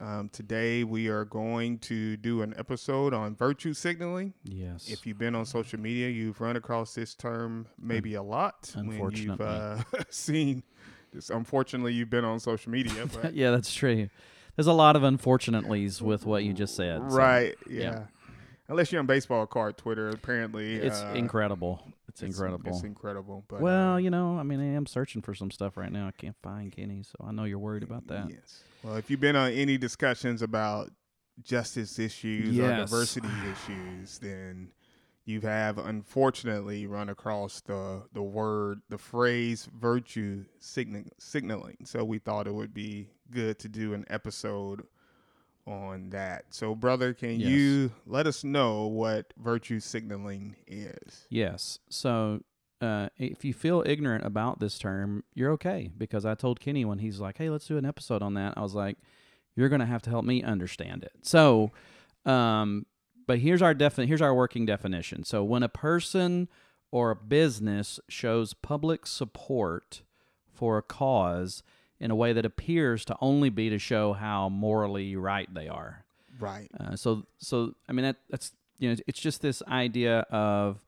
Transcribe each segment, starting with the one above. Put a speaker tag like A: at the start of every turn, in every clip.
A: Um, today, we are going to do an episode on virtue signaling.
B: Yes.
A: If you've been on social media, you've run across this term maybe a lot when you've
C: Unfortunately.
A: uh, seen this. Unfortunately, you've been on social media, but
C: yeah, that's true. There's a lot of unfortunatelys with what you just said. so
A: right, yeah.
C: um, yeah.
A: Unless you're on baseball card Twitter, apparently
C: It's
A: uh,
C: incredible. It's,
A: it's-
C: incredible.
A: It's incredible. But
C: well, you know, I mean, I am searching for some stuff right now. I can't find Kenny, so I know you're worried about that.
A: Yes. Well, if you've been on any discussions about justice issues or
C: Yes.
A: diversity issues, then you have unfortunately run across the the word, the phrase virtue signa- signaling. So we thought it would be good to do an episode on that. So brother, can
C: Yes.
A: you let us know what virtue signaling is?
C: Yes. So uh, if you feel ignorant about this term, you're okay because I told Kenny when he's like, "Hey, let's do an episode on that." I was like, "You're going to have to help me understand it." So, um, but here's our defi- here's our working definition. So when a person or a business shows public support for a cause in a way that appears to only be to show how morally right they are.
A: Right.
C: Uh, so so I mean that that's you know it's just this idea of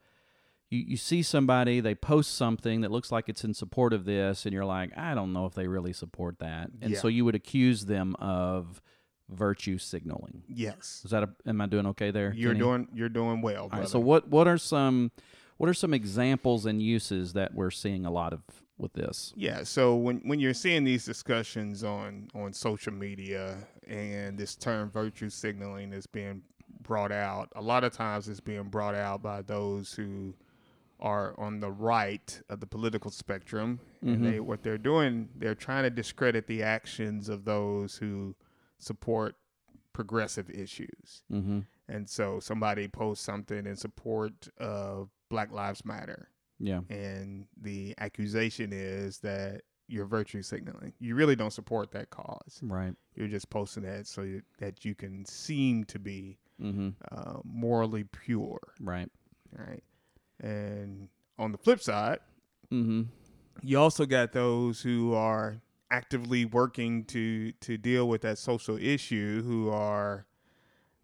C: you, you see somebody they post something that looks like it's in support of this and you're like I don't know if they really support that and
A: Yeah.
C: so you would accuse them of virtue signaling.
A: Yes.
C: Is that a, am I doing okay there?
A: You're
C: Kenny?
A: doing you're doing well,
C: All
A: brother.
C: right, so what what are some what are some examples and uses that we're seeing a lot of with this?
A: Yeah, so when, when you're seeing these discussions on, on social media and this term virtue signaling is being brought out, a lot of times it's being brought out by those who are on the right of the political spectrum. And they what they're doing, they're trying to discredit the actions of those who support progressive issues.
C: Mm-hmm.
A: And so somebody posts something in support of Black Lives Matter
C: Yeah.
A: and the accusation is that you're virtue signaling. You really don't support that cause.
C: Right.
A: You're just posting that so you, that you can seem to be
C: Mm-hmm.
A: uh, morally pure,
C: Right.
A: right? And on the flip side,
C: Mm-hmm.
A: you also got those who are actively working to to deal with that social issue who are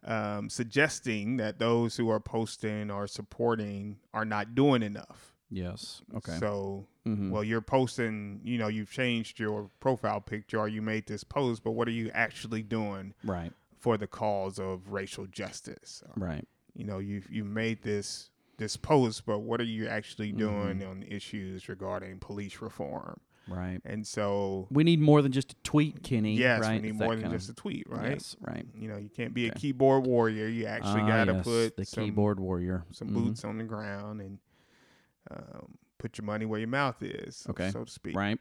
A: um, suggesting that those who are posting or supporting are not doing enough.
C: Yes. Okay.
A: So
C: mm-hmm.
A: well you're posting you know you've changed your profile picture or you made this post but what are you actually doing
C: Right.
A: for the cause of racial justice Or,
C: Right.
A: you know you you made this this post but what are you actually doing
C: Mm-hmm.
A: on issues regarding police reform
C: Right.
A: and so
C: We need more than just a tweet, Kenny.
A: yes
C: right?
A: we
C: It's
A: need
C: that
A: more than
C: kind of-
A: just a tweet right
C: Yes, right.
A: you know you can't be a
C: Okay.
A: keyboard warrior you actually
C: Ah,
A: got to
C: yes,
A: put
C: the
A: some,
C: keyboard warrior.
A: some
C: Mhm.
A: boots on the ground and um, put your money where your mouth is so-
C: Okay.
A: so to speak
C: Right.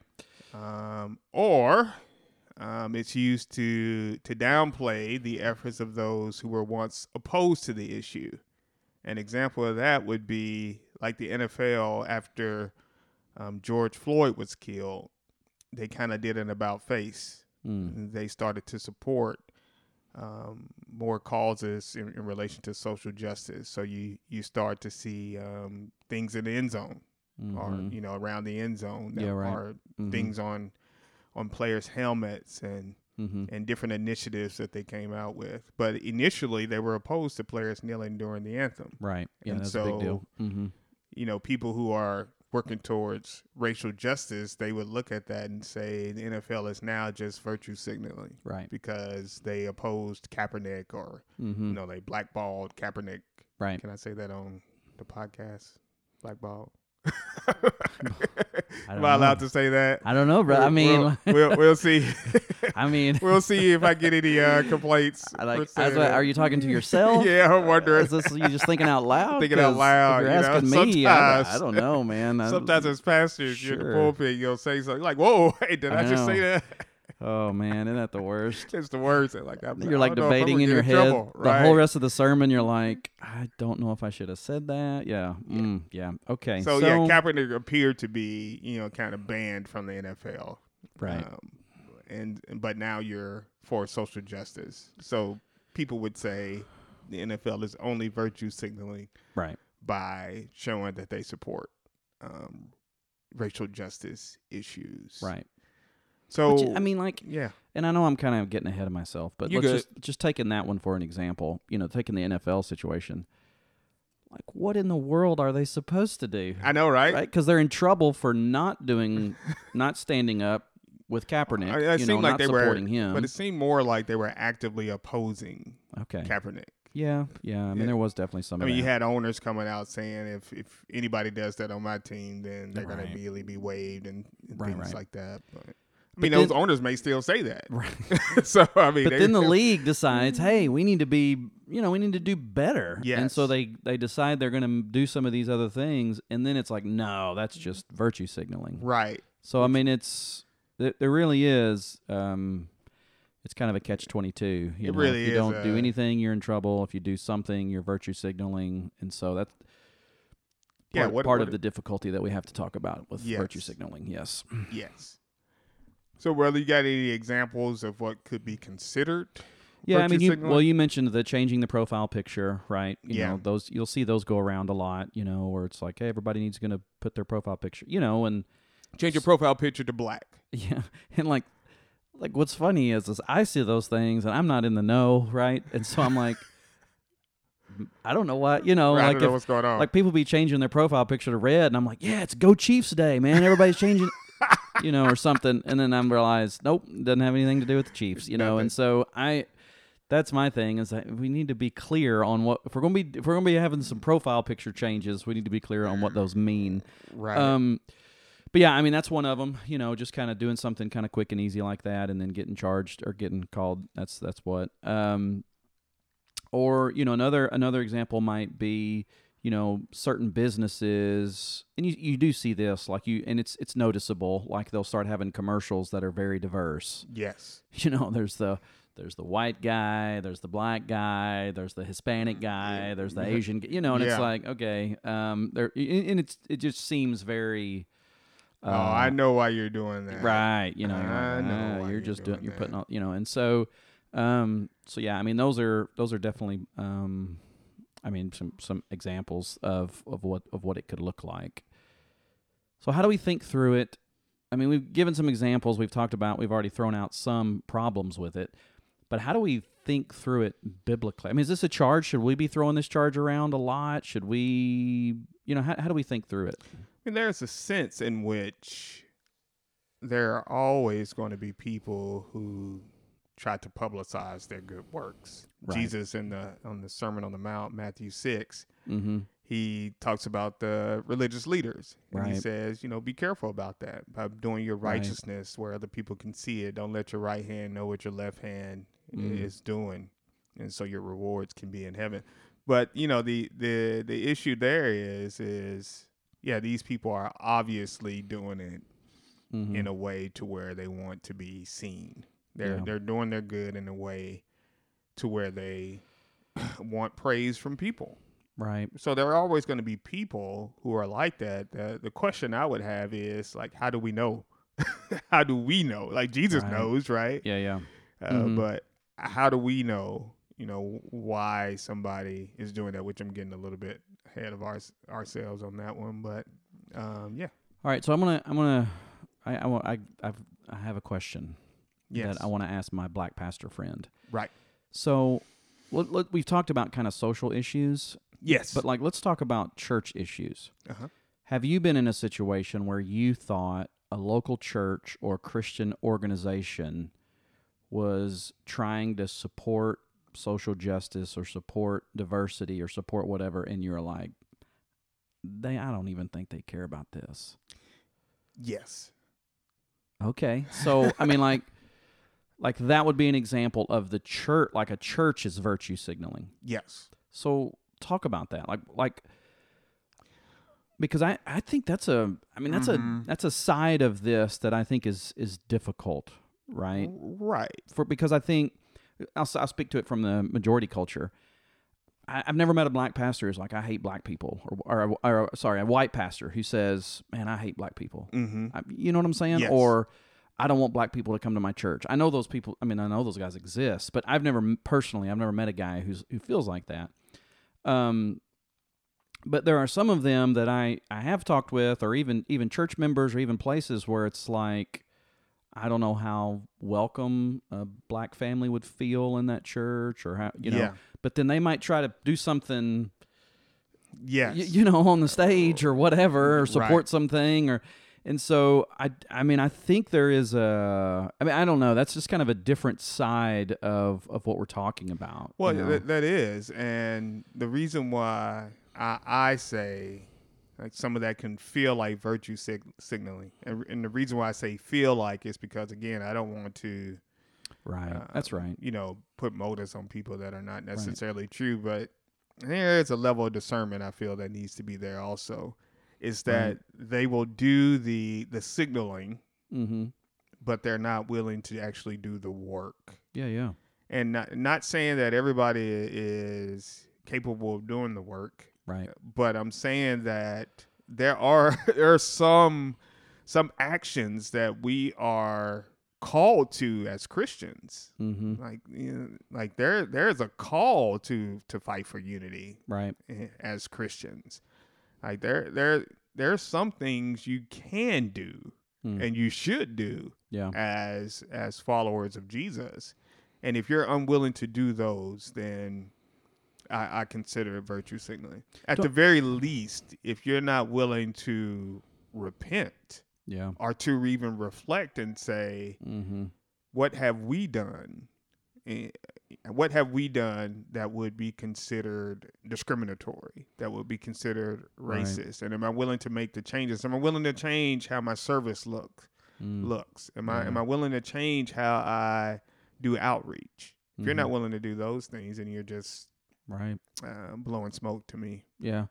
A: um, or um, it's used to to downplay the efforts of those who were once opposed to the issue. An example of that would be like the NFL after um, George Floyd was killed. They kind of did an about face.
C: Mm.
A: They started to support um, more causes in, in relation to social justice. So you you start to see um, things in the end zone or
C: mhm,
A: you know around the end zone that
C: Yeah, right.
A: are
C: mhm,
A: things on on players' helmets and
C: mhm.
A: and different initiatives that they came out with. But initially, they were opposed to players kneeling during the anthem.
C: Right. Yeah,
A: and
C: that's a big deal. Mm-hmm.
A: You know, people who are working towards racial justice, they would look at that and say the NFL is now just virtue signaling
C: Right.
A: because they opposed Kaepernick or
C: Mm-hmm.
A: you know they blackballed Kaepernick.
C: Right.
A: Can I say that on the podcast? Blackballed. Am
C: don't
A: I allowed
C: know.
A: to say that?
C: I don't know, bro. I
A: We'll-
C: mean,
A: we'll, we'll, we'll see.
C: I mean,
A: we'll see if I get any uh, complaints.
C: I like,
A: for
C: as
A: saying
C: what,
A: that.
C: are you talking to yourself?
A: Yeah, I'm wondering.
C: Is this you just thinking out loud?
A: Thinking out
C: 'Cause
A: loud,
C: If you're
A: you know,
C: asking me. I, I
A: sometimes-
C: don't know, man. I-
A: Sometimes as pastors, you're in
C: Sure.
A: the pulpit, you'll say something like, "Whoa, hey, did I,
C: I
A: just say
C: know.
A: that?"
C: Oh man, isn't that the worst?
A: It's the words that like I'm, I
C: You're like
A: don't know if I'm
C: debating
A: gonna
C: in
A: get
C: your head
A: trouble,
C: the whole
A: right?
C: rest of the sermon. You're like, I don't know if I should have said that. Yeah, yeah. Mm, yeah. Okay.
A: So, yeah, Kaepernick appeared to be you know kind of banned from the NFL,
C: right.
A: Um, and but now you're for social justice, so people would say the NFL is only virtue signaling
C: right.
A: by showing that they support um, racial justice issues,
C: Right.
A: So
C: Which, I mean, like,
A: yeah,
C: and I know I'm kind of getting ahead of myself, but
A: You're
C: let's just just taking that one for an example. You know, taking the NFL situation. Like, what in the world are they supposed to do?
A: I know, right?
C: right? Because they're in trouble for not doing, not standing up with Kaepernick.
A: I mean, it
C: you know,
A: seemed like
C: not
A: they were,
C: supporting him.
A: but it seemed more like they were actively opposing
C: okay.
A: Kaepernick.
C: yeah. Yeah. I mean,
A: Yeah.
C: there was definitely some.
A: I
C: of
A: mean, you
C: that.
A: had owners coming out saying if if anybody does that on my team, then they're going
C: Right.
A: to immediately be waived and, and
C: Right,
A: things
C: right.
A: like that. But, I
C: But
A: mean, those
C: then-
A: owners may still say that.
C: Right.
A: so I mean,
C: But
A: they-
C: then the league decides, hey, we need to be, you know, we need to do better. And so
A: Yes.
C: they they decide they're going to do some of these other things, and then it's like, no, that's just virtue signaling.
A: right?
C: So I mean, it's there, there really is. Um, it's kind of a catch twenty two. You
A: It
C: know,
A: really
C: if you
A: is
C: don't do
A: a-
C: anything, you're in trouble. If you do something, you're virtue signaling, and so that's
A: Yeah,
C: part,
A: what-
C: part
A: what
C: of
A: it-
C: the difficulty that we have to talk about with virtue
A: Yes.
C: signaling. Yes.
A: Yes. So, brother, you got any examples of what could be considered?
C: Yeah, I
A: virtue
C: mean, you,
A: signaling?
C: well, you mentioned the changing the profile picture, right? You
A: Yeah.
C: know, those you'll see those go around a lot, you know, where it's like, hey, everybody needs going to put their profile picture, you know, and
A: change your profile picture to black.
C: yeah, and like, like what's funny is, is I see those things and I'm not in the know, right? And so I'm like, I don't know what, you know,
A: Right, I
C: Oh, like
A: don't know
C: if-
A: what's going on.
C: like people be changing their profile picture to red, and I'm like, yeah, it's Go Chiefs Day, man. Everybody's changing, you know, or something. And then I realize, nope, doesn't have anything to do with the Chiefs, you know. And so I, that's my thing is that we need to be clear on what if we're gonna be if we're gonna be having some profile picture changes, we need to be clear on what those mean.
A: right.
C: Um, but yeah, I mean that's one of them. You know, just kind of doing something kind of quick and easy like that, and then getting charged or getting called. That's that's what. Um, or you know another another example might be you know certain businesses, and you you do see this like you and it's it's noticeable. Like they'll start having commercials that are very diverse
A: yes.
C: you know there's the there's the white guy there's the black guy there's the hispanic guy there's the asian g- you know and it's
A: Yeah.
C: like okay um there and and it's it just seems very um,
A: oh, I know why you're doing that.
C: uh, right you know, you're,
A: I
C: like,
A: know
C: "Ah,
A: why
C: you're
A: you're
C: just doing
A: doing
C: you're
A: that."
C: putting all you know and so um so yeah i mean those are those are definitely um i mean some some examples of of what of what it could look like so how do we think through it I mean, we've given some examples, we've talked about, we've already thrown out some problems with it, but how do we think through it biblically? I mean, is this a charge? Should we be throwing this charge around a lot? Should we, you know, how, how do we think through it?
A: I mean, there's a sense in which there are always going to be people who try to publicize their good works.
C: Right.
A: Jesus in the on the Sermon on the Mount, Matthew six,
C: Mm-hmm.
A: he talks about the religious leaders. And he
C: Right.
A: says, you know, be careful about that. By doing your righteousness where other people can see it. Don't let your right hand know what your left hand i-
C: Mm.
A: is doing. And so your rewards can be in heaven. But, you know, the the the issue there is is yeah, these people are obviously doing it
C: Mm-hmm.
A: in a way to where they want to be seen. They're
C: Yeah.
A: they're doing their good in a way to where they want praise from people
C: right.
A: so there are always going to be people who are like that. The, the question I would have is like, how do we know? how do we know? Like Jesus
C: Right.
A: knows, right?
C: Yeah, yeah.
A: Uh,
C: Mhm.
A: But how do we know? You know why somebody is doing that? Which I'm getting a little bit ahead of ours ourselves on that one, but um, yeah,
C: All right, so I'm gonna, I'm gonna, I, I, wa- I, I've, I have a question
A: yes,
C: that I want to ask my black pastor friend.
A: right,
C: So, let, let, we've talked about kind of social issues,
A: yes,
C: but like, let's talk about church issues.
A: uh-huh.
C: Have you been in a situation where you thought a local church or Christian organization was trying to support social justice or support diversity or support whatever and you're like they I don't even think they care about this.
A: yes,
C: Okay. So, I mean like like that would be an example of the church like a church is virtue signaling.
A: yes,
C: So talk about that. Like like because I, I think that's a I mean that's a that's a side of this that I think is is difficult. right?
A: Right.
C: For because I think I'll, s- I'll speak to it from the majority culture. I, I've never met a black pastor who's like I hate black people, or, or, or sorry, a white pastor who says, "Man, I hate black people."
A: Mm-hmm.
C: I, you know what I'm saying?
A: Yes.
C: Or I don't want black people to come to my church. I know those people. I mean, I know those guys exist, but I've never personally, I've never met a guy who's who feels like that. Um, but there are some of them that I I have talked with, or even even church members, or even places where it's like. I don't know how welcome a black family would feel in that church, or how you know.
A: Yeah.
C: But then they might try to do something
A: Yes.
C: y- you know on the stage or whatever or support
A: Right.
C: something or and so i i mean i think there is a i mean i don't know that's just kind of a different side of of what we're talking about
A: Well,
C: you know?
A: that, that is, and the reason why I, I say like some of that can feel like virtue sig- signaling, and, and the reason why I say feel like is because again, I don't want to
C: right
A: uh,
C: that's right
A: you know put motives on people that are not necessarily true, but there is a level of discernment I feel that needs to be there also. Is that they will do the the signaling,
C: mm-hmm
A: but they're not willing to actually do the work
C: yeah yeah
A: and not, not saying that everybody is capable of doing the work
C: right
A: but i'm saying that there are there are some some actions that we are called to as christians
C: mm-hmm
A: like you know, like there there's a call to to fight for unity
C: right
A: eh, as christians like there there there are some things you can do
C: Mm.
A: and you should do
C: yeah
A: as as followers of Jesus. And if you're unwilling to do those, then I, I consider it virtue signaling. At the
C: Don't-
A: very least, if you're not willing to repent
C: yeah
A: or to even reflect and say,
C: mm-hmm
A: what have we done? Eh, What have we done that would be considered discriminatory? That would be considered
C: Right.
A: racist? And am I willing to make the changes? Am I willing to change how my service looks? Mm-hmm.
C: mm.
A: looks? Am I am I willing to change how I do outreach? If you're not willing to do those things, and you're just
C: right
A: uh, blowing smoke to me.
C: Yeah.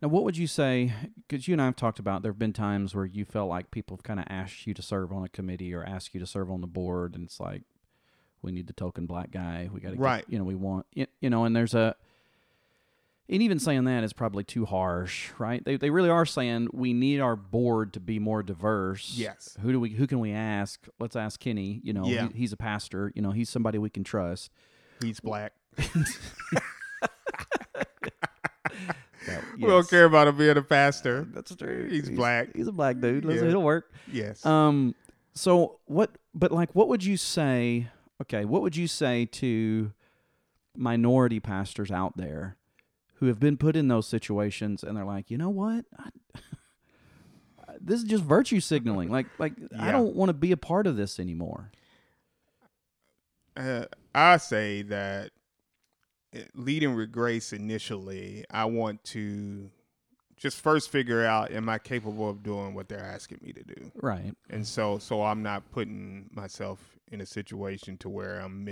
C: Now, what would you say? Because you and I have talked about there have been times where you felt like people have kind of asked you to serve on a committee or asked you to serve on the board, and it's like, we need the token black guy. We got to,
A: Right.
C: You know, we want, y- you know, and there's a, and even saying that is probably too harsh, right? They, they really are saying we need our board to be more diverse.
A: Yes.
C: Who do we? Who can we ask? Let's ask Kenny. You know, he-
A: Yeah.
C: he's a pastor. You know, he's somebody we can trust.
A: He's black.
C: That-
A: We don't
C: yes.
A: care about him being a pastor.
C: That's true.
A: He's black.
C: He's a black dude. Let's-
A: Yeah.
C: It'll work.
A: Yes.
C: Um. So what? But like, what would you say? Okay, what would you say to minority pastors out there who have been put in those situations and they're like, you know what? I, this is just virtue signaling. Like, like I
A: Yeah.
C: don't want to be a part of this anymore.
A: uh, I say that uh, leading with grace initially, I want to just first figure out am I capable of doing what they're asking me to do,
C: Right.
A: and so so I'm not putting myself in a situation to where I'm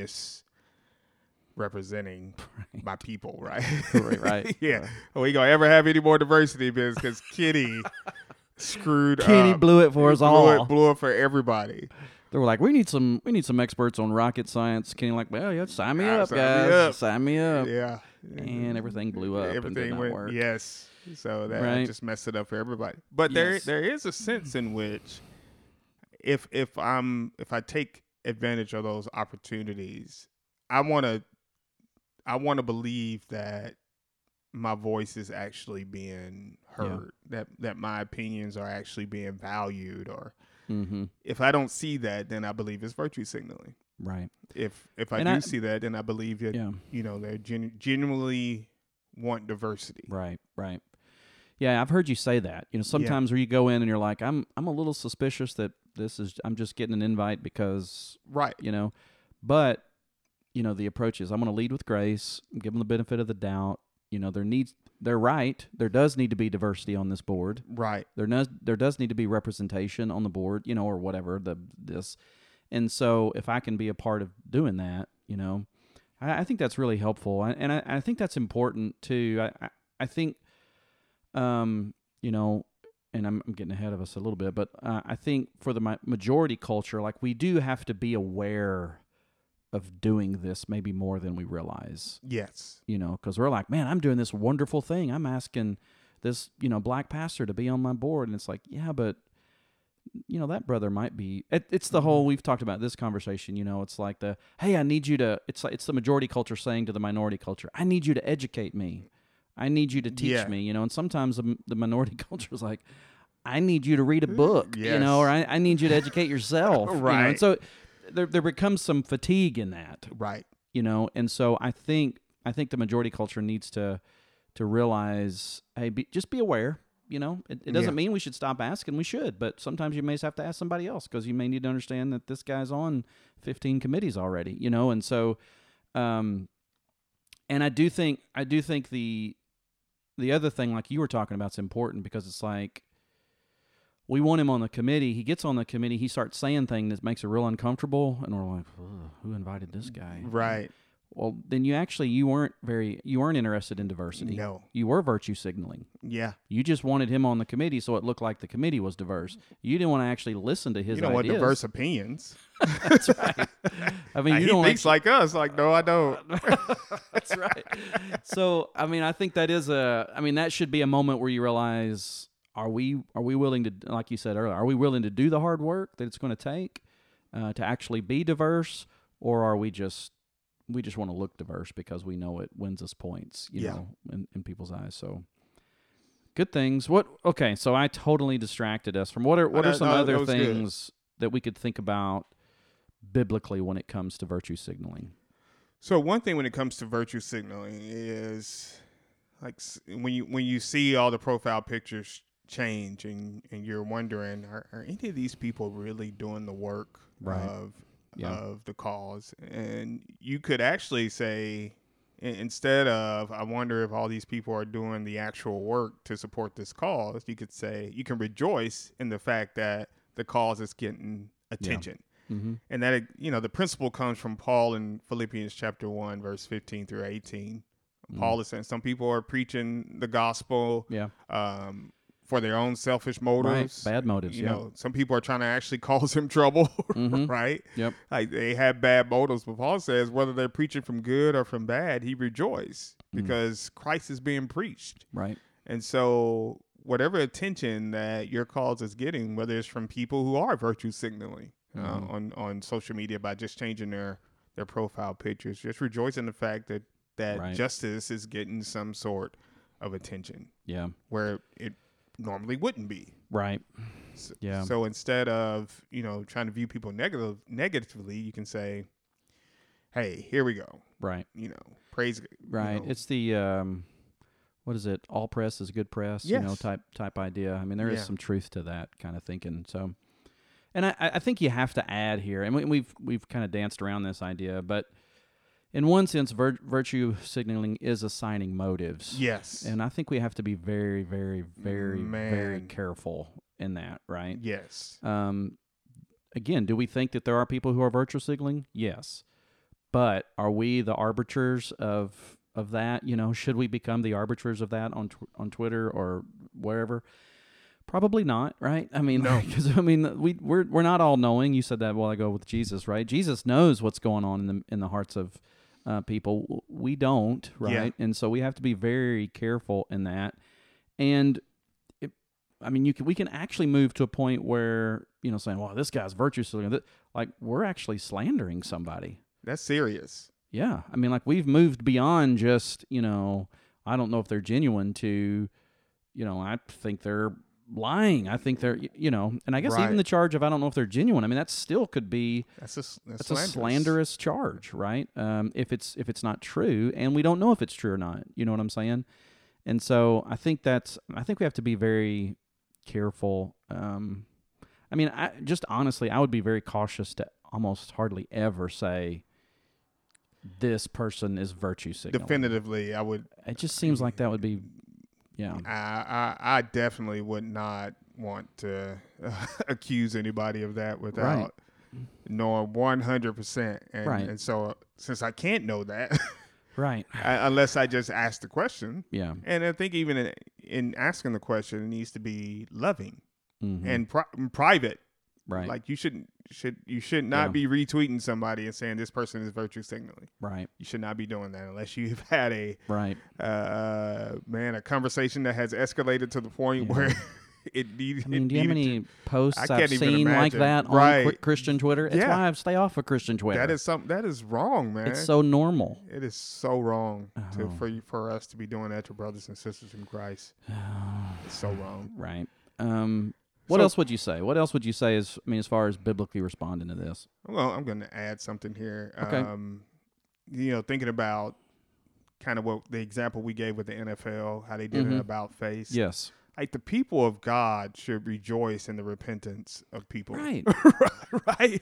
A: misrepresenting my people, right?
C: Right. Right.
A: yeah, Are we gonna ever have any more diversity business because Kitty screwed
C: Uh, Kenny
A: up.
C: blew it for us all.
A: Uh, blew it, blew it for everybody.
C: They were like, "We need some, we need some experts on rocket science." Kenny like, "Well, yeah, sign me
A: Ah,
C: up,
A: sign me
C: guys,
A: up."
C: sign me up."
A: Yeah,
C: And everything blew up. and did
A: Mm-hmm. everything
C: not
A: went
C: work.
A: yes. So that
C: Right.
A: just messed it up for everybody. But there
C: Yes.
A: there is a sense in which if if I'm if I take advantage of those opportunities, I want to I want to believe that my voice is actually being heard. That that my opinions are actually being valued or
C: Mm-hmm.
A: if I don't see that, then I believe it's virtue signaling.
C: Right.
A: If if I
C: And
A: do
C: I-
A: see that, then I believe that
C: Yeah.
A: you know they genu- genuinely want diversity.
C: Right. Right. Yeah, I've heard you say that. You know, sometimes where you go in and you're like, "I'm, I'm a little suspicious that this is. I'm just getting an invite because
A: Right.
C: you know," but you know, the approach is I'm going to lead with grace, give them the benefit of the doubt. You know, there needs, they're right. There does need to be diversity on this board.
A: Right.
C: there does there does need to be representation on the board, you know, or whatever the this. And so, if I can be a part of doing that, you know, I, I think that's really helpful, I, and I, I think that's important too. I I, I think, um, you know, and I'm, I'm getting ahead of us a little bit, but uh, I think for the mi- majority culture, like we do have to be aware of doing this maybe more than we realize,
A: Yes.
C: you know, because we're like, man, I'm doing this wonderful thing. I'm asking this, you know, black pastor to be on my board. And it's like, yeah, but, you know, that brother might be. It, it's the
A: Mm-hmm.
C: whole, we've talked about this conversation, you know, it's like the, hey, I need you to, it's like, it's the majority culture saying to the minority culture, I need you to educate me. I need you to teach
A: Yeah.
C: me, you know, and sometimes the, the minority culture is like, I need you to read a book, you know,
A: Mm, Yes.
C: or I, I need you to educate yourself. you know, and
A: Right.
C: so there, there becomes some fatigue in that
A: Right.
C: you know and so i think i think the majority culture needs to to realize hey be, just be aware you know it, it doesn't
A: Yeah.
C: mean we should stop asking we should but sometimes you may have to ask somebody else because you may need to understand that this guy's on 15 committees already you know and so um and i do think i do think the the other thing like you were talking about is important because it's like we want him on the committee. He gets on the committee. He starts saying things that makes it real uncomfortable, and we're like, "Ugh, "Who invited this guy?"
A: Right.
C: Well, then you actually you weren't very you weren't interested in diversity.
A: No.
C: You were virtue signaling.
A: Yeah.
C: You just wanted him on the committee so it looked like the committee was diverse. You didn't want to actually listen to his
A: you don't want
C: ideas.
A: diverse opinions.
C: That's right. I mean, you
A: he
C: don't
A: thinks
C: actually,
A: like us. Like, no, I don't.
C: That's right. So, I mean, I think that is a I mean, that should be a moment where you realize are we are we willing to like you said earlier, are we willing to do the hard work that it's going to take uh, to actually be diverse or are we just we just want to look diverse because we know it wins us points, you
A: Yeah.
C: know, in, in people's eyes. So good things. What okay, so I totally distracted us from what are what
A: no,
C: are some
A: no, that
C: other
A: was good.
C: things that we could think about biblically when it comes to virtue signaling?
A: So one thing when it comes to virtue signaling is like s- when you when you see all the profile pictures change and and you're wondering are, are any of these people really doing the work
C: Right.
A: of
C: Yeah.
A: of the cause and you could actually say i- instead of I wonder if all these people are doing the actual work to support this cause you could say you can rejoice in the fact that the cause is getting attention
C: Mhm.
A: and that it- you know the principle comes from paul in philippians chapter 1 verse 15 through 18
C: Mm-hmm.
A: paul is saying some people are preaching the gospel
C: Yeah.
A: um, for their own selfish motives
C: Bad motives,
A: you
C: yeah.
A: know some people are trying to actually cause him trouble right
C: Mm-hmm. Yep.
A: like they have bad motives but paul says whether they're preaching from good or from bad he rejoices
C: Mm-hmm.
A: because christ is being preached
C: Right.
A: and so whatever attention that your cause is getting, whether it's from people who are virtue signaling uh,
C: Mm-hmm.
A: on on social media by just changing their their profile pictures, just rejoice in the fact that that
C: Right.
A: justice is getting some sort of attention
C: Yeah.
A: where it normally wouldn't be.
C: Right.
A: S-
C: Yeah.
A: So instead of you know trying to view people negative negatively, you can say, "Hey, here we go."
C: Right.
A: You know, praise. you
C: Right.
A: know,
C: It's the um what is it? All press is good press, you know,
A: Yes.
C: type type idea. I mean, there is
A: Yeah.
C: some truth to that kind of thinking. So and I, I I think you have to add here, and we, we've we've kind of danced around this idea, but in one sense, vir- virtue signaling is assigning motives.
A: yes.
C: And I think we have to be very, very, very, very
A: Man.
C: careful in that, right?
A: yes.
C: Um, again, do we think that there are people who are virtue signaling? Yes, but are we the arbiters of of that? You know, should we become the arbiters of that on tw- on Twitter or wherever? Probably not, right? I mean, because I mean, we we're we're not all knowing. You said that a while ago with Jesus, right? Jesus knows what's going on in the in the hearts of uh, people. W- We don't,
A: Yeah.
C: right? And so we have to be very careful in that. And it, I mean, you can we can actually move to a point where you know saying, "Well, this guy's virtue signaling," that- like we're actually slandering somebody.
A: That's serious.
C: Yeah, I mean, like we've moved beyond just you know, I don't know if they're genuine to, you know, I think they're lying. I think they're y- you know, and I guess even
A: Right.
C: the charge of I don't know if they're genuine. I mean, that still could be
A: That's a s-
C: that's a slanderous charge, right? Um, if it's if it's not true, and we don't know if it's true or not, you know what I'm saying? And so I think that's I think we have to be very careful. Um, I mean, I just honestly, I would be very cautious to almost hardly ever say this person is virtue signaling.
A: Definitively, I would.
C: It just seems like that would be, yeah,
A: I, I I definitely would not want to accuse anybody of that without knowing one hundred percent.
C: Right.
A: And so, since I can't know that,
C: Right.
A: uh, unless I just ask the question.
C: Yeah.
A: And I think even in, in asking the question, it needs to be loving
C: Mhm.
A: and pri- and private.
C: right.
A: Like you shouldn't should you should not
C: Yeah.
A: be retweeting somebody and saying this person is virtue signaling.
C: right.
A: You should not be doing that unless you've had a
C: Right.
A: uh, man a conversation that has escalated to the point
C: Yeah.
A: where it needs.
C: I mean, do you have any posts
A: I
C: I've
A: can't even
C: seen like
A: imagine.
C: that on
A: Right.
C: Chri- Christian Twitter? That's
A: Yeah.
C: why I stay off of Christian Twitter.
A: That is something that is wrong, man.
C: uh, it's so normal.
A: It is so wrong to,
C: Oh.
A: for you, for us to be doing that to brothers and sisters in Christ.
C: Oh.
A: It's so wrong.
C: Right. Um, what
A: So-
C: else would you say? What else would you say is, I mean, as far as biblically responding to this?
A: Well, I'm going to add something here.
C: Okay.
A: Um, you know, thinking about kind of what the example we gave with the NFL, how they did
C: Mhm.
A: it about face.
C: Yes.
A: Like the people of God should rejoice in the repentance of people.
C: Right.
A: right.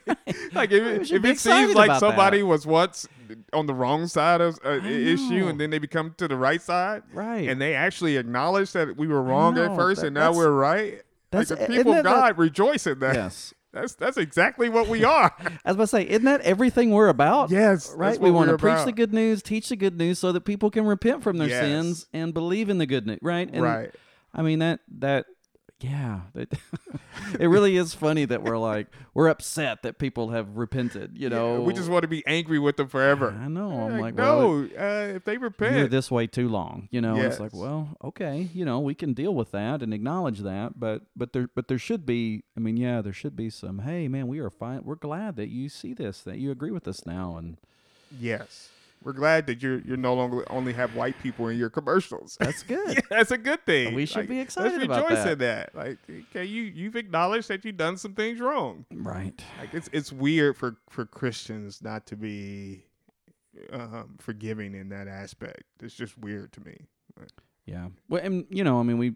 A: Like if, it-
C: should
A: if
C: be
A: it seems
C: excited
A: like
C: about that.
A: somebody was once on the wrong side of an
C: I
A: issue
C: know.
A: and then they become to the right side.
C: Right.
A: and they actually acknowledge that we were wrong at
C: know,
A: first
C: that-
A: and now
C: that's-
A: we're right. Like
C: that's-
A: the
C: isn't
A: people of
C: that- that-
A: God rejoice in that.
C: yes.
A: That's that's exactly what we are.
C: I was about to say, isn't that everything we're about?
A: Yes, that's
C: Right?
A: what
C: we want to
A: we're
C: preach
A: about.
C: the good news, teach the good news so that people can repent from their
A: Yes.
C: sins and believe in the good news, right? And
A: Right.
C: I mean that that yeah, that- it really is funny that we're like we're upset that people have repented, you know.
A: we just want to be angry with them forever.
C: I know. I'm like, well,
A: no, uh, if they
C: you're
A: repent,
C: this way too long, you know. and It's like,
A: Yes.
C: well, okay, you know, we can deal with that and acknowledge that, but but there but there should be, I mean, yeah, there should be some. Hey, man, we are fine. We're glad that you see this, that you agree with us now, and
A: yes, we're glad that you're you're no longer only have white people in your commercials.
C: that's good.
A: Yeah, that's a good thing.
C: We should be excited
A: Let's
C: about
A: rejoice
C: that.
A: in that. Like, okay, you you've acknowledged that you've done some things wrong.
C: Right.
A: like it's it's weird for for Christians not to be um, forgiving in that aspect. It's just weird to me.
C: Yeah. Well, and you know, I mean, we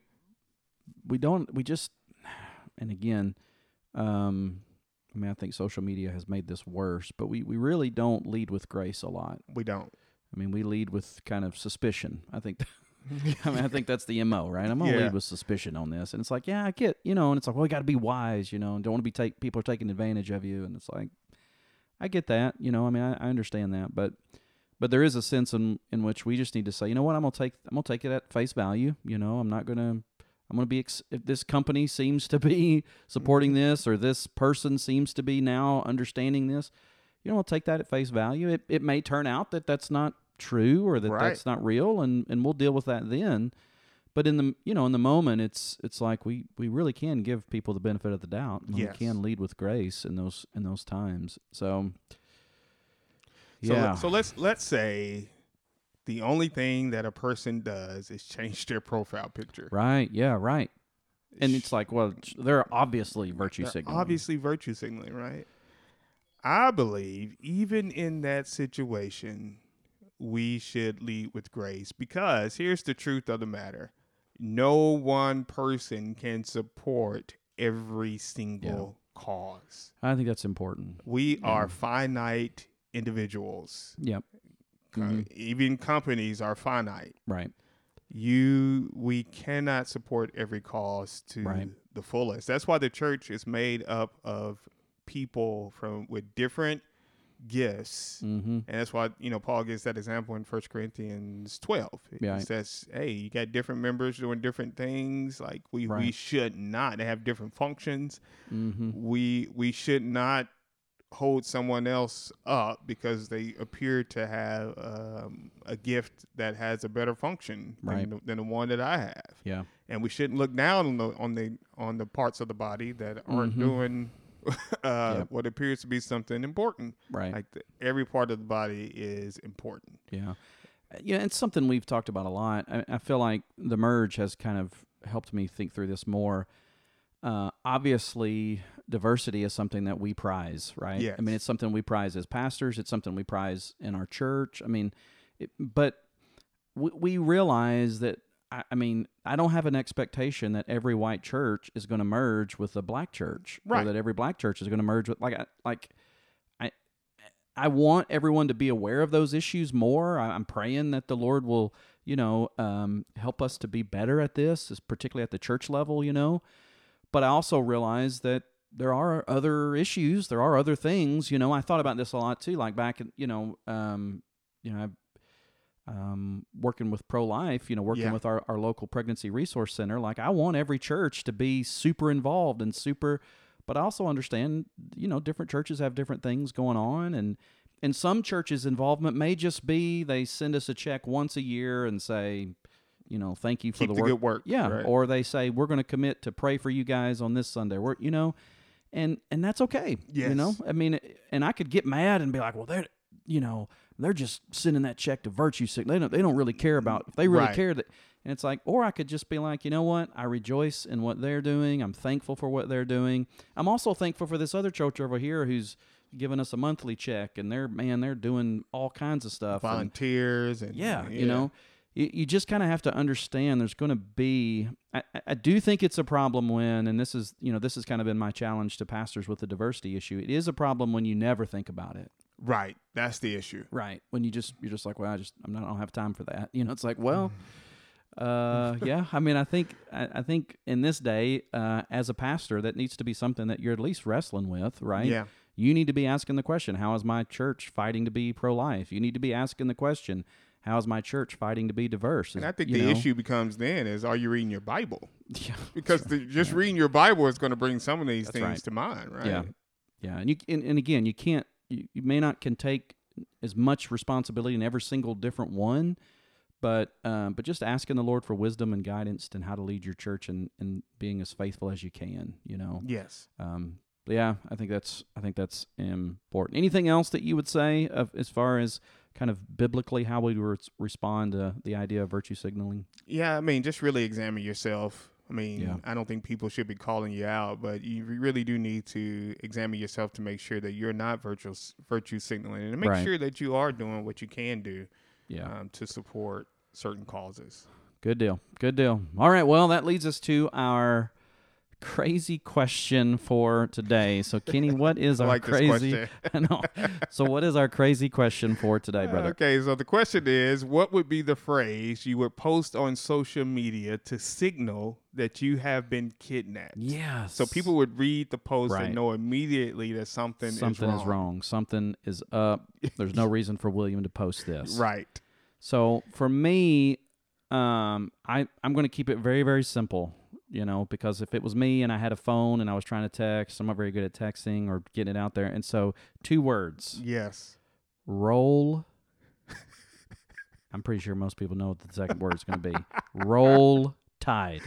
C: we don't we just and again, um, I mean, I think social media has made this worse, but we we really don't lead with grace a lot.
A: We don't.
C: I mean, we lead with kind of suspicion. I think. I mean, I think that's the mo, right? I'm gonna
A: Yeah.
C: lead with suspicion on this, and it's like, yeah, I get, you know, and it's like, well, we got to be wise, you know, and don't want to be take people are taking advantage of you, and it's like, I get that, you know, I mean, I, I understand that, but but there is a sense in in which we just need to say, you know what, I'm gonna take I'm gonna take it at face value, you know, I'm not gonna I'm gonna be ex- if this company seems to be supporting
A: Mm-hmm.
C: this or this person seems to be now understanding this, you know, I'll take that at face value. It it may turn out that that's not true or that
A: Right.
C: that's not real, and and we'll deal with that then. But in the you know in the moment, it's it's like we we really can give people the benefit of the doubt. And
A: Yes.
C: We can lead with grace in those in those times. So.
A: So,
C: Yeah.
A: let, so let's let's say the only thing that a person does is change their profile picture.
C: Right. Yeah. Right. And it's like, well, they're obviously virtue
A: They're
C: signaling.
A: obviously virtue signaling, right? I believe even in that situation, we should lead with grace because here's the truth of the matter. No one person can support every single cause.
C: I think that's important.
A: We are finite individuals.
C: Yep.
A: Co- Even companies are finite.
C: Right.
A: You we cannot support every cause to
C: Right.
A: the fullest. That's why the church is made up of people from with different gifts.
C: Mm-hmm.
A: And that's why, you know, Paul gives that example in 1 Corinthians 12. He
C: Right.
A: says, hey, you got different members doing different things. Like we, we
C: Right.
A: should not have different functions.
C: Mm-hmm.
A: We we should not hold someone else up because they appear to have um, a gift that has a better function
C: Right.
A: than, the, than the one that I have.
C: Yeah.
A: And we shouldn't look down on the on the on the parts of the body that aren't
C: Mhm.
A: doing uh,
C: Yep.
A: what appears to be something important
C: Right.
A: like the, every part of the body is important
C: Yeah. Uh, Yeah, it's something we've talked about a lot. I, I feel like the merge has kind of helped me think through this more. Uh, obviously, diversity is something that we prize, right? I
A: Yes.
C: mean, it's something we prize as pastors. It's something we prize in our church. I mean, it, but we, we realize that. I, I mean, I don't have an expectation that every white church is going to merge with a black church,
A: Right.
C: or that every black church is going to merge with like I- like I want everyone to be aware of those issues more. I- I'm praying that the Lord will, you know, um, help us to be better at this, is particularly at the church level, you know. But I also realize that there are other issues, there are other things, you know. I thought about this a lot too, like back, in, you know, um, you know, I um, working with pro life, you know, working
A: Yeah.
C: with our, our local pregnancy resource center, like I want every church to be super involved and super, but I also understand, you know, different churches have different things going on. And, and some churches' involvement may just be they send us a check once a year and say, you know, thank you for
A: Keep
C: the
A: the
C: work.
A: good work,
C: Yeah.
A: right.
C: Or they say, we're going to commit to pray for you guys on this Sunday. We're, you know, and, and that's okay. You know,
A: Yes.
C: I mean, and I could get mad and be like, well, they're, you know, they're just sending that check to virtue sick. They don't, they don't really care about if they really
A: Right.
C: care that. And it's like, or I could just be like, you know what? I rejoice in what they're doing. I'm thankful for what they're doing. I'm also thankful for this other church over here who's giving us a monthly check, and they're man, they're doing all kinds of stuff. and-
A: volunteers and
C: yeah, you know, you, you just kind of have to understand there's going to be. I, I- I do think it's a problem when, and this is you know this has kind of been my challenge to pastors with the diversity issue. It is a problem when you never think about it.
A: right. That's the issue.
C: Right. When you just you're just like, well, I just I'm not I don't have time for that. You know, it's like, well, uh,
A: Mm-hmm.
C: yeah. I mean, I think I, I think in this day, uh, as a pastor, that needs to be something that you're at least wrestling with, right?
A: Yeah.
C: You need to be asking the question, how is my church fighting to be pro life? You need to be asking the question, how is my church fighting to be diverse?
A: And I think
C: You
A: the
C: know?
A: issue becomes then is are you reading your Bible?
C: Yeah.
A: Because the, just reading your Bible is going to bring some of these
C: That's
A: things
C: right.
A: to mind, right?
C: Yeah, yeah, and you and, and again, you can't. You, you may not can take as much responsibility in every single different one, but um, but just asking the Lord for wisdom and guidance and how to lead your church and and being as faithful as you can. You know.
A: Yes.
C: Um, but yeah, I think that's I think that's important. Anything else that you would say of, as far as kind of biblically how we would res- respond to the idea of virtue signaling?
A: Yeah, I mean, just really examine yourself. I mean,
C: Yeah.
A: I don't think people should be calling you out, but you re- really do need to examine yourself to make sure that you're not virtue virtue signaling, and to make
C: Right.
A: sure that you are doing what you can do
C: Yeah.
A: um, to support certain causes.
C: Good deal. Good deal. All right. Well, that leads us to our crazy question for today. So, Kenny, what is
A: I
C: our
A: like this
C: crazy?
A: question. Uh,
C: I know. So, what is our crazy question for today, brother?
A: Okay, so the question is, what would be the phrase you would post on social media to signal that you have been kidnapped?
C: Yes.
A: So people would read the post
C: Right.
A: and know immediately that something,
C: something is wrong. Something is up. There's no reason for William to post this.
A: Right.
C: So for me, um, I I'm going to keep it very very simple. You know, because if it was me and I had a phone and I was trying to text, I'm not very good at texting or getting it out there. And so, two words.
A: Yes.
C: roll. I'm pretty sure most people know what the second word is going to be. Roll tide.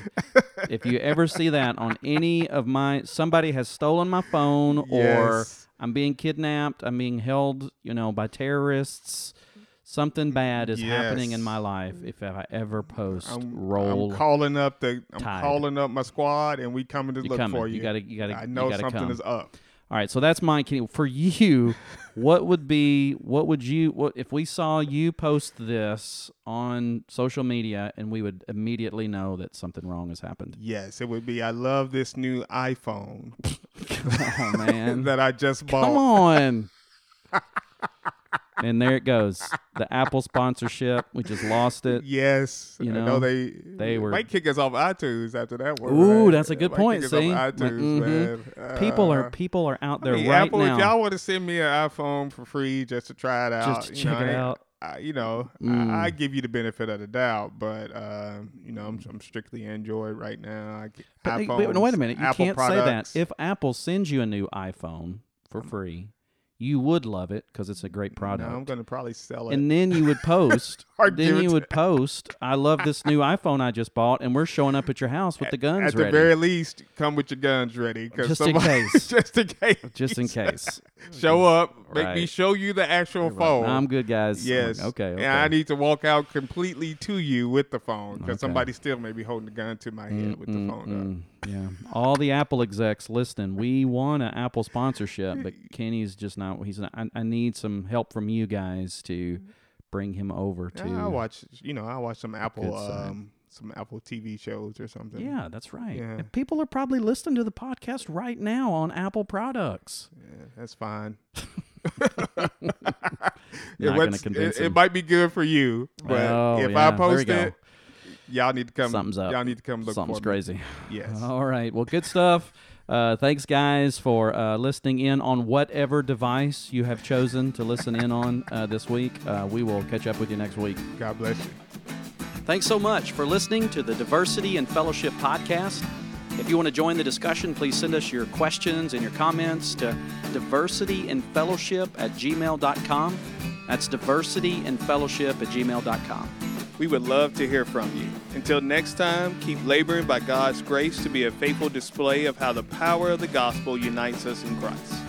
C: If you ever see that on any of my, somebody has stolen my phone or
A: Yes.
C: I'm being kidnapped, I'm being held, you know, by terrorists. Something bad is happening in
A: Yes.
C: my life if I ever post
A: I'm,
C: roll.
A: I'm calling up the. I'm
C: Tide.
A: calling up my squad, and we coming to
C: You
A: look
C: coming.
A: for
C: You
A: you.
C: gotta- you gotta-
A: I
C: you
A: know
C: gotta
A: something
C: come.
A: is up.
C: All right, so that's mine, Kenny. For you, what would be what would you what if we saw you post this on social media and we would immediately know that something wrong has happened?
A: Yes, it would be. I love this new iPhone
C: Come on, Oh, man.
A: that I just bought.
C: Come on. and there it goes. The Apple sponsorship. We just lost it.
A: Yes,
C: You
A: I
C: know,
A: they
C: they were-
A: might kick us off iTunes after that one.
C: Ooh,
A: man.
C: that's a good
A: Might
C: point,
A: Kick us off
C: see? Like,
A: iTunes,
C: mhm.
A: man.
C: People
A: Uh,
C: are people are out there
A: hey,
C: right
A: Apple,
C: now.
A: If y'all want to send me an iPhone for free just to try it out,
C: Just to
A: you know,
C: check it
A: I-
C: out.
A: I, you know,
C: Mm.
A: I, I give you the benefit of the doubt, but um, you know, I'm, I'm strictly Android right now. I get
C: But hey,
A: iPhones,
C: wait, wait a minute. You
A: Apple
C: can't
A: products. Um,
C: say that. If Apple sends you a new iPhone for free, you would love it because it's a great
A: no,
C: product.
A: I'm going to probably sell it.
C: and then you would post.
A: Or give
C: then
A: it
C: you
A: to-
C: would post. I love this new iPhone I just bought, and we're showing up at your house with the guns
A: At the
C: ready,
A: very least, come with your guns ready, 'cause
C: Just in
A: somebody-
C: case.
A: just in case,
C: just in case.
A: show up, make me
C: Right.
A: show you the actual phone.
C: I'm good, guys. I'm like,
A: Oh, Yes.
C: okay. okay.
A: And I need to walk out completely to you with the phone because
C: Okay.
A: somebody still may be holding a gun to my head with the phone
C: Mm, yeah. All the Apple execs listening, we want an Apple sponsorship, but Kenny's just not. He's not. I, I need some help from you guys to bring him over
A: up.
C: to.
A: Mm. Yeah, I watch, you know, I watch some Apple,
C: good side.
A: um, some Apple TV shows or something.
C: Yeah, that's right.
A: Yeah.
C: And People are probably listening to the podcast right now on Apple products.
A: Yeah, that's fine.
C: gonna
A: what's-
C: convince
A: it, it
C: him.
A: might be good for you, but
C: Oh,
A: if
C: yeah,
A: I
C: there we
A: post
C: go.
A: it, y'all need to come.
C: Something's up.
A: Y'all need to come look
C: Something's
A: for me.
C: crazy. Oh.
A: Yes.
C: All right. Well, good stuff.
D: Uh, thanks, guys, for uh, listening in on whatever device you have chosen to listen in on uh, this week. Uh, we will catch up with you next week.
A: God bless you.
C: Thanks so much for listening to the Diversity and Fellowship Podcast. If you want to join the discussion, please send us your questions and your comments to diversityandfellowship at gmail.com. That's diversityandfellowship at gmail.com.
E: We would love to hear from you. Until next time, keep laboring by God's grace to be a faithful display of how the power of the gospel unites us in Christ.